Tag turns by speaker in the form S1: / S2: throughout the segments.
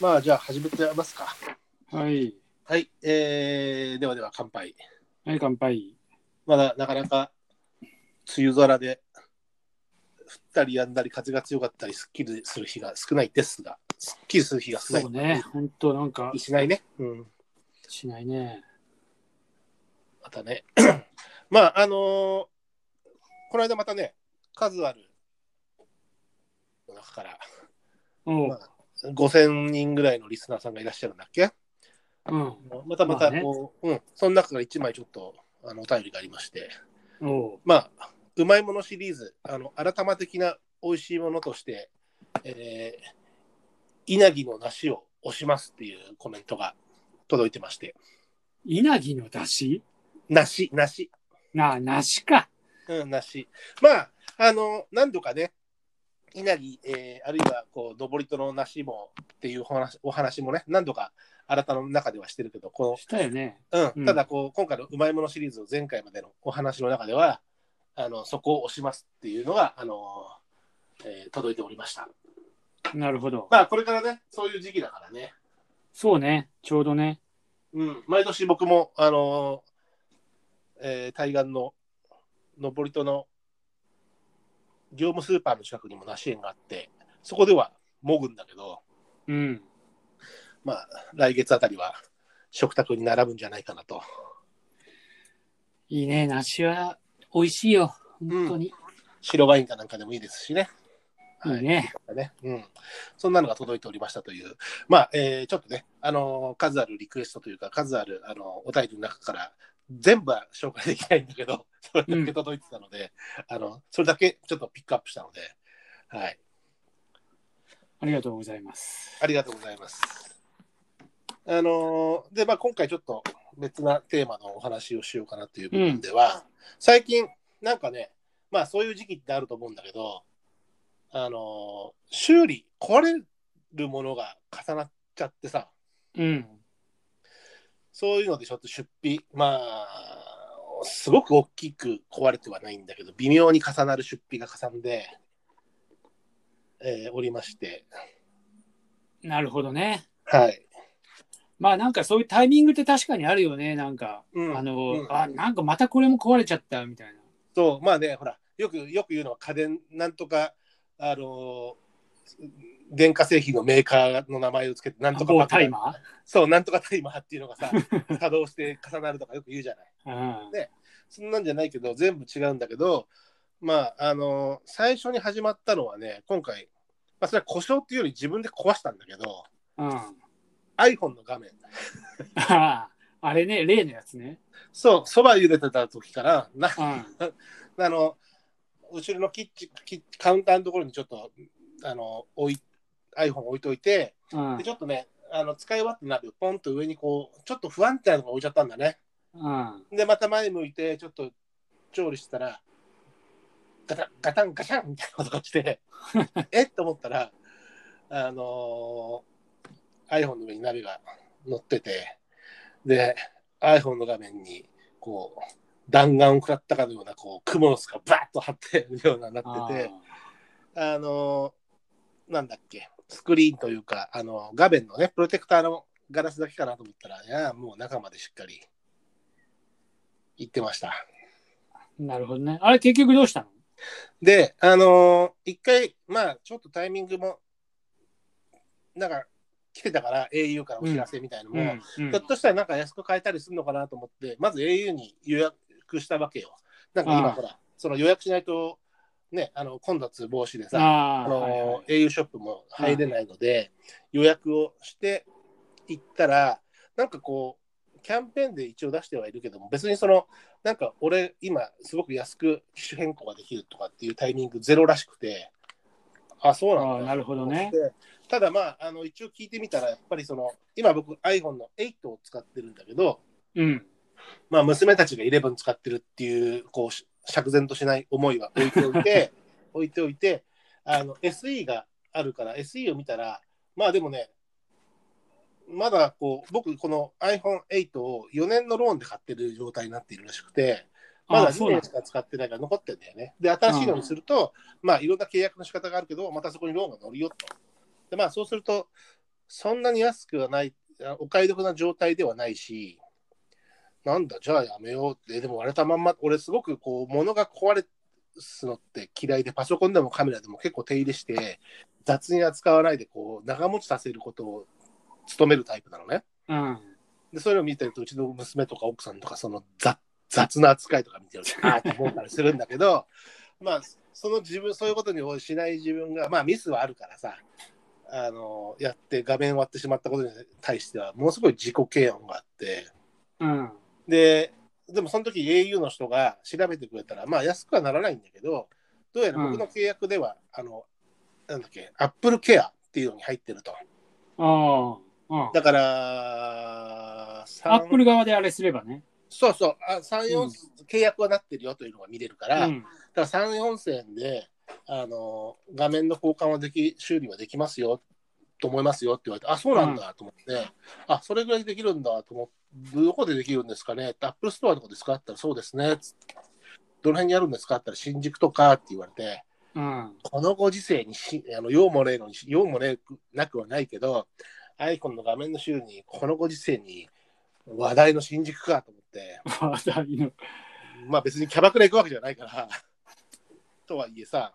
S1: まあ、じゃあ始めてますか。
S2: はい。
S1: はい。えー、ではでは乾杯。
S2: はい、乾杯。
S1: まだなかなか梅雨空で降ったりやんだり風が強かったりすっきりする日が少ないですが、すっきりする日が少ない。
S2: そうね。ほんと、なんか、
S1: しないね。うん。
S2: しないね。
S1: また ね。まあ、あのーこの間またね、数あるの中から
S2: うん。
S1: まあ5000人ぐらいのリスナーさんがいらっしゃるんだっけ
S2: うん。
S1: またま
S2: ま
S1: た
S2: あね
S1: こう、うん、その中から1枚ちょっとあのお便りがありまして、
S2: おう。
S1: まあ、うまいものシリーズ、あの改ま的な美味しいものとして、えー、稲城の梨を推しますっていうコメントが届いてまして、
S2: 稲城の出汁
S1: 梨、梨、
S2: なあ、梨か。
S1: うん、梨。まあ、あの、何度かね、稲城、えーあるいはこう、登戸の梨もっていうお話お話もね、何度か新たの中ではしてるけど、この
S2: したよね。
S1: う、
S2: うんん
S1: ただこう今回の「うまいもの」シリーズの前回までのお話の中ではあのそこを押しますっていうのが、あのえー届いておりました
S2: なるほど。
S1: まあこれからねそういう時期だからね、
S2: そうね。ちょうどね。
S1: うん、毎年僕も、あのえー対岸の登戸の業務スーパーの近くにも梨園があってそこではもぐんだけど
S2: うん。
S1: まあ来月あたりは食卓に並ぶんじゃないかなと
S2: いいね。梨は美味しいよ。本当に。
S1: 白ワインかなんかでもいいですしね、
S2: いいね。
S1: ね、うん、そんなのが届いておりましたという、まあ、えーちょっとね、あのー数あるリクエストというか、数ある、あのーお便りの中から、全部は紹介できないんだけど、それだけ届いてたので、あの、それだけちょっとピックアップしたので、はい、
S2: ありがとうございます。
S1: ありがとうございます。あのーで、まあ、今回ちょっと別なテーマのお話をしようかなという部分では、最近、なんかね、まあ、そういう時期ってあると思うんだけど、あのー修理、壊れるものが重なっちゃってさ、
S2: うん。
S1: そういうのでちょっと出費、まあ、すごく大きく壊れてはないんだけど、微妙に重なる出費が重んで、えーおりまして、
S2: なるほどね。
S1: はい。
S2: まあなんかそういうタイミングって確かにあるよね。なんか、
S1: うん
S2: あ
S1: う
S2: の、
S1: ん
S2: あ、なんかまたこれも壊れちゃったみたいな。
S1: そう、まあね、ほら、よくよく言うのは家電、なんとか、あのー電化製品のメーカーの名前をつけて、なんとか
S2: 某
S1: 爆
S2: タイ
S1: 弾
S2: マ
S1: そう、なんとかタイマーっていうのが さ、作動して重なるとかよく言うじゃない。
S2: ーうん。
S1: でそんなんじゃないけど、全部違うんだけど、まあ、あのー最初に始まったのはね、今回、まあ、それは故障っていうより自分で壊したんだけど、
S2: うん。あ
S1: iPhone の画面、
S2: あ、あれね、例のやつね。
S1: そう、そば茹でてた時から、な
S2: うん。
S1: あの後ろのキッチンキッカウンターのところにちょっとあの置い iPhone 置いといて
S2: うん
S1: でちょっとねあの使い終わった鍋をポンと上にこうちょっと不安定なのが置いちゃったんだね
S2: うん。
S1: でまた前向いてちょっと調理してたらガタンガタンガシャンみたいな音がしてえっと思ったらあのー iPhone の上に鍋が乗っててで iPhone の画面にこう弾丸を食らったかのようなこう蜘蛛の巣がバーッと張ってるようななっててあのーなんだっけ、スクリーンというか、あのー画面のね、プロテクターのガラスだけかなと思ったら、いやー、もう中までしっかり行ってました。
S2: なるほどね。あれ結局どうしたの
S1: で、あのー一回、まあ、ちょっとタイミングも、なんか、来てたから、au からお知らせみたいなのも、
S2: うん
S1: ひょっとしたらなんか安く買えたりするのかなと思って、まず au に予約したわけよ。なんか
S2: あ
S1: 今
S2: あ
S1: ほら、その予約しないと、ね、あの混雑防止でさ、
S2: あ
S1: あ
S2: あ、
S1: の
S2: はいはい
S1: au ショップも入れないので、予約をして行ったら、なんかこう、キャンペーンで一応出してはいるけども、別にその、なんか俺、今、すごく安く機種変更ができるとかっていうタイミングゼロらしくて、あ、そうなんだ
S2: ああなるほどね。
S1: でただまあ、あの一応聞いてみたら、やっぱりその、今僕 iPhone の8を使ってるんだけど、
S2: うん。
S1: まあ、娘たちが11使ってるっていう、こうし、釈然としない思いは置いておいて、置いておいて、あの、SE があるから、SE を見たら、まあでもね、まだこう、僕、この iPhone8 を4年のローンで買ってる状態になっているらしくて、ま
S2: あ
S1: だ
S2: あ、そ
S1: 2
S2: うなん
S1: 年
S2: だ
S1: し。か使ってないから残ってんだよね。で、新しいのにすると、まあ、いろんな契約の仕方があるけど、またそこにローンが乗るよと。で、まあ、そうすると、そんなに安くはない、あお買い得な状態ではないし、なんだ、じゃあやめようって、でも割れたまんま、俺すごくこう、物が壊れすのって嫌いで、パソコンでもカメラでも結構手入れして、雑に扱わないで、こう、長持ちさせることを努めるタイプなのね。
S2: うん。
S1: で、それを見てると、うちの娘とか奥さんとか、その雑雑な扱いとか見てると、ああって思ったりするんだけど、 まあ、その自分、そういうことにしない自分が、まあ、ミスはあるからさ、あの、やって画面割ってしまったことに対しては、ものすごい自己嫌悪があって、
S2: うん。
S1: で、でもその時 au の人が調べてくれたら、まあ、安くはならないんだけど、どうやら僕の契約では、あの、なんだっけ、Apple Care っていうのに入ってると。
S2: ああ。うん。
S1: だから、
S2: ア
S1: 三
S2: ップル側であれすればね。
S1: そうそう、あ3、4、
S2: うん
S1: 契約はなってるよというのが見れるか
S2: う
S1: ら、
S2: ん。
S1: だから3、4線で、あの、画面の交換はでき、修理はできますよ、と思いますよって言われて、あ、そうなんだと思って、あ、それぐらいできるんだと思って、どこでできるんですかねアップルストアとかですかって言ったら、そうですね、つってどの辺にあるんですかって言ったら、新宿とかって言われて、
S2: うん。
S1: このご時世にし、あの用もねえのに、用もねえくなくはないけど、iPhone の画面の修理に、このご時世に、話題の新宿かと思って、
S2: 話題の。
S1: まあ別にキャバクラ行くわけじゃないから、 とはいえさ、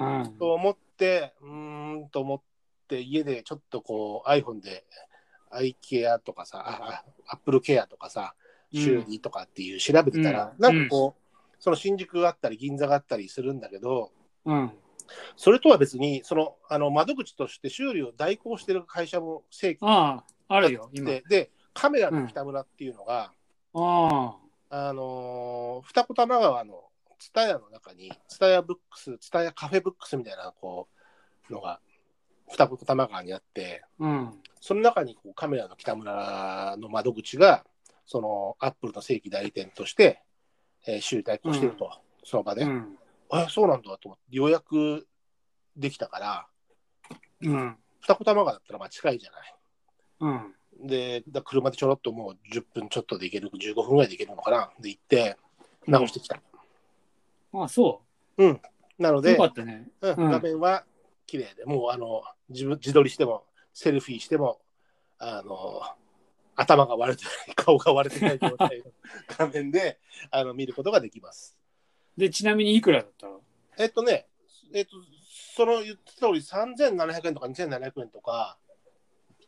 S2: うん。
S1: と思って、うーんと思って、家でちょっとこう iPhone で iCare とかさ、ああ Apple Care とかさ、修理とかっていう調べてたら、
S2: うん
S1: なんかこう、その新宿があったり銀座があったりするんだけど、
S2: うん。
S1: それとは別に、そのあの窓口として修理を代行してる会社も正規
S2: ああ、あ
S1: あ
S2: るよ、今。
S1: で、でカメラの北村っていうのが、
S2: あ
S1: あのー二子玉川のツタヤの中に、ツタヤブックス、ツタヤカフェブックスみたいな、こう、のが、二子玉川にあって、
S2: あ。うん。
S1: その中にこうカメラの北村の窓口が、そのアップルの正規代理店として、えー、修理代行してると、その場で、
S2: うん。
S1: あ、そうなんだと思って、予約できたから、
S2: うん。
S1: 二子玉川だったらまあ近いじゃない。
S2: うん。
S1: で、だ車でちょろっともう10分ちょっとで行ける、15分ぐらいで行けるのかな、で行って、直してきた。
S2: ああ、そ
S1: なの
S2: う。
S1: で
S2: よか、ったね。
S1: うん
S2: うん
S1: 画面は綺麗で、もうあの自分自撮りしても、セルフィーしても、あの頭が割れてない、顔が割れてない状態の画面であの見ることができます。
S2: で、ちなみにいくらだった
S1: えっとね、えっと、その言ってた通り、3700円とか2700円とか、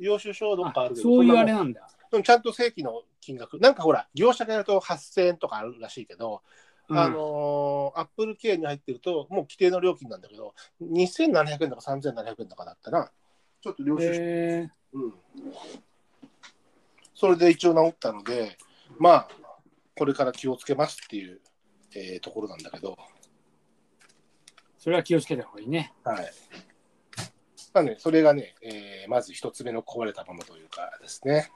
S1: 領収書はどっかあ
S2: あ
S1: るけど、
S2: そういうあれ
S1: そんなもん
S2: なんだ。
S1: でもちゃんと正規の金額、なんかほら、業者でやると8000円とかあるらしいけど、
S2: うん
S1: あのー、アップル系に入ってると、もう規定の料金なんだけど、2700円とか3700円とかだったな。ちょっと領収書、
S2: へえ
S1: うん。それで一応治ったので、まあ、これから気をつけますっていう、えーところなんだけど、
S2: それは気をつけた方がいいね。
S1: はい。まあね、それがね、えーまず一つ目の壊れたものというかですね。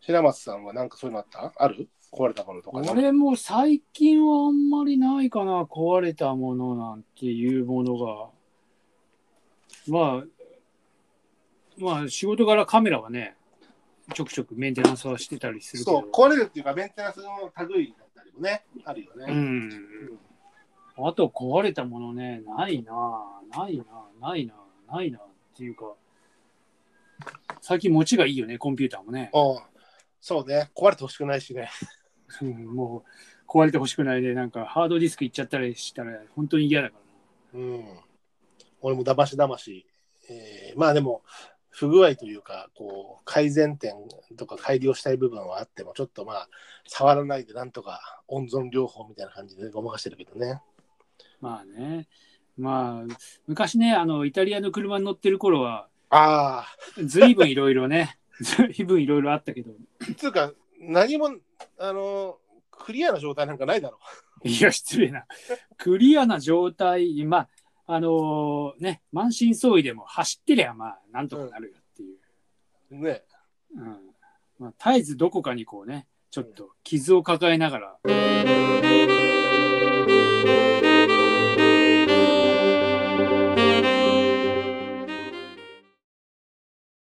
S1: 白松さんはなんかそういうのあったある壊れたものとかね。
S2: 俺も最近はあんまりないかな、壊れたものなんていうものが。まあ、まあ仕事柄カメラはね、ちょくちょくメンテナンスはしてたりするけど。
S1: そう、壊れるっていうか、メンテナンスの類だったりもね、あるよ
S2: う
S1: ね。
S2: ん。あと壊れたものね、ないなぁ、ないなぁ、ないなぁ、ないなぁっていうか、最近持ちがいいよね、コンピューターもね。
S1: おそうね、壊れてほしくないしね。
S2: うんもう壊れてほしくないで、なんかハードディスクいっちゃったりしたら本当に嫌だからな。
S1: うん。俺もだましだまし。えーまあでも、不具合というか、こう、改善点とか改良したい部分はあっても、ちょっとまあ、触らないでなんとか温存療法みたいな感じでごまかしてるけどね。
S2: まあね。まあ、昔ね、あの、イタリアの車に乗ってる頃は、
S1: あ
S2: ずいぶんいろいろね、 ずいぶんいろいろあったけど、
S1: あ、つうか、何も、あの、クリアな状態なんかないだろ
S2: いや、失礼な。クリアな状態、まあ、あのね、満身創痍でも走ってりゃ、まあ、なんとかなるよっていう。
S1: う。ね。
S2: うん。まあ、絶えずどこかにこうね、ちょっと傷を抱えながら、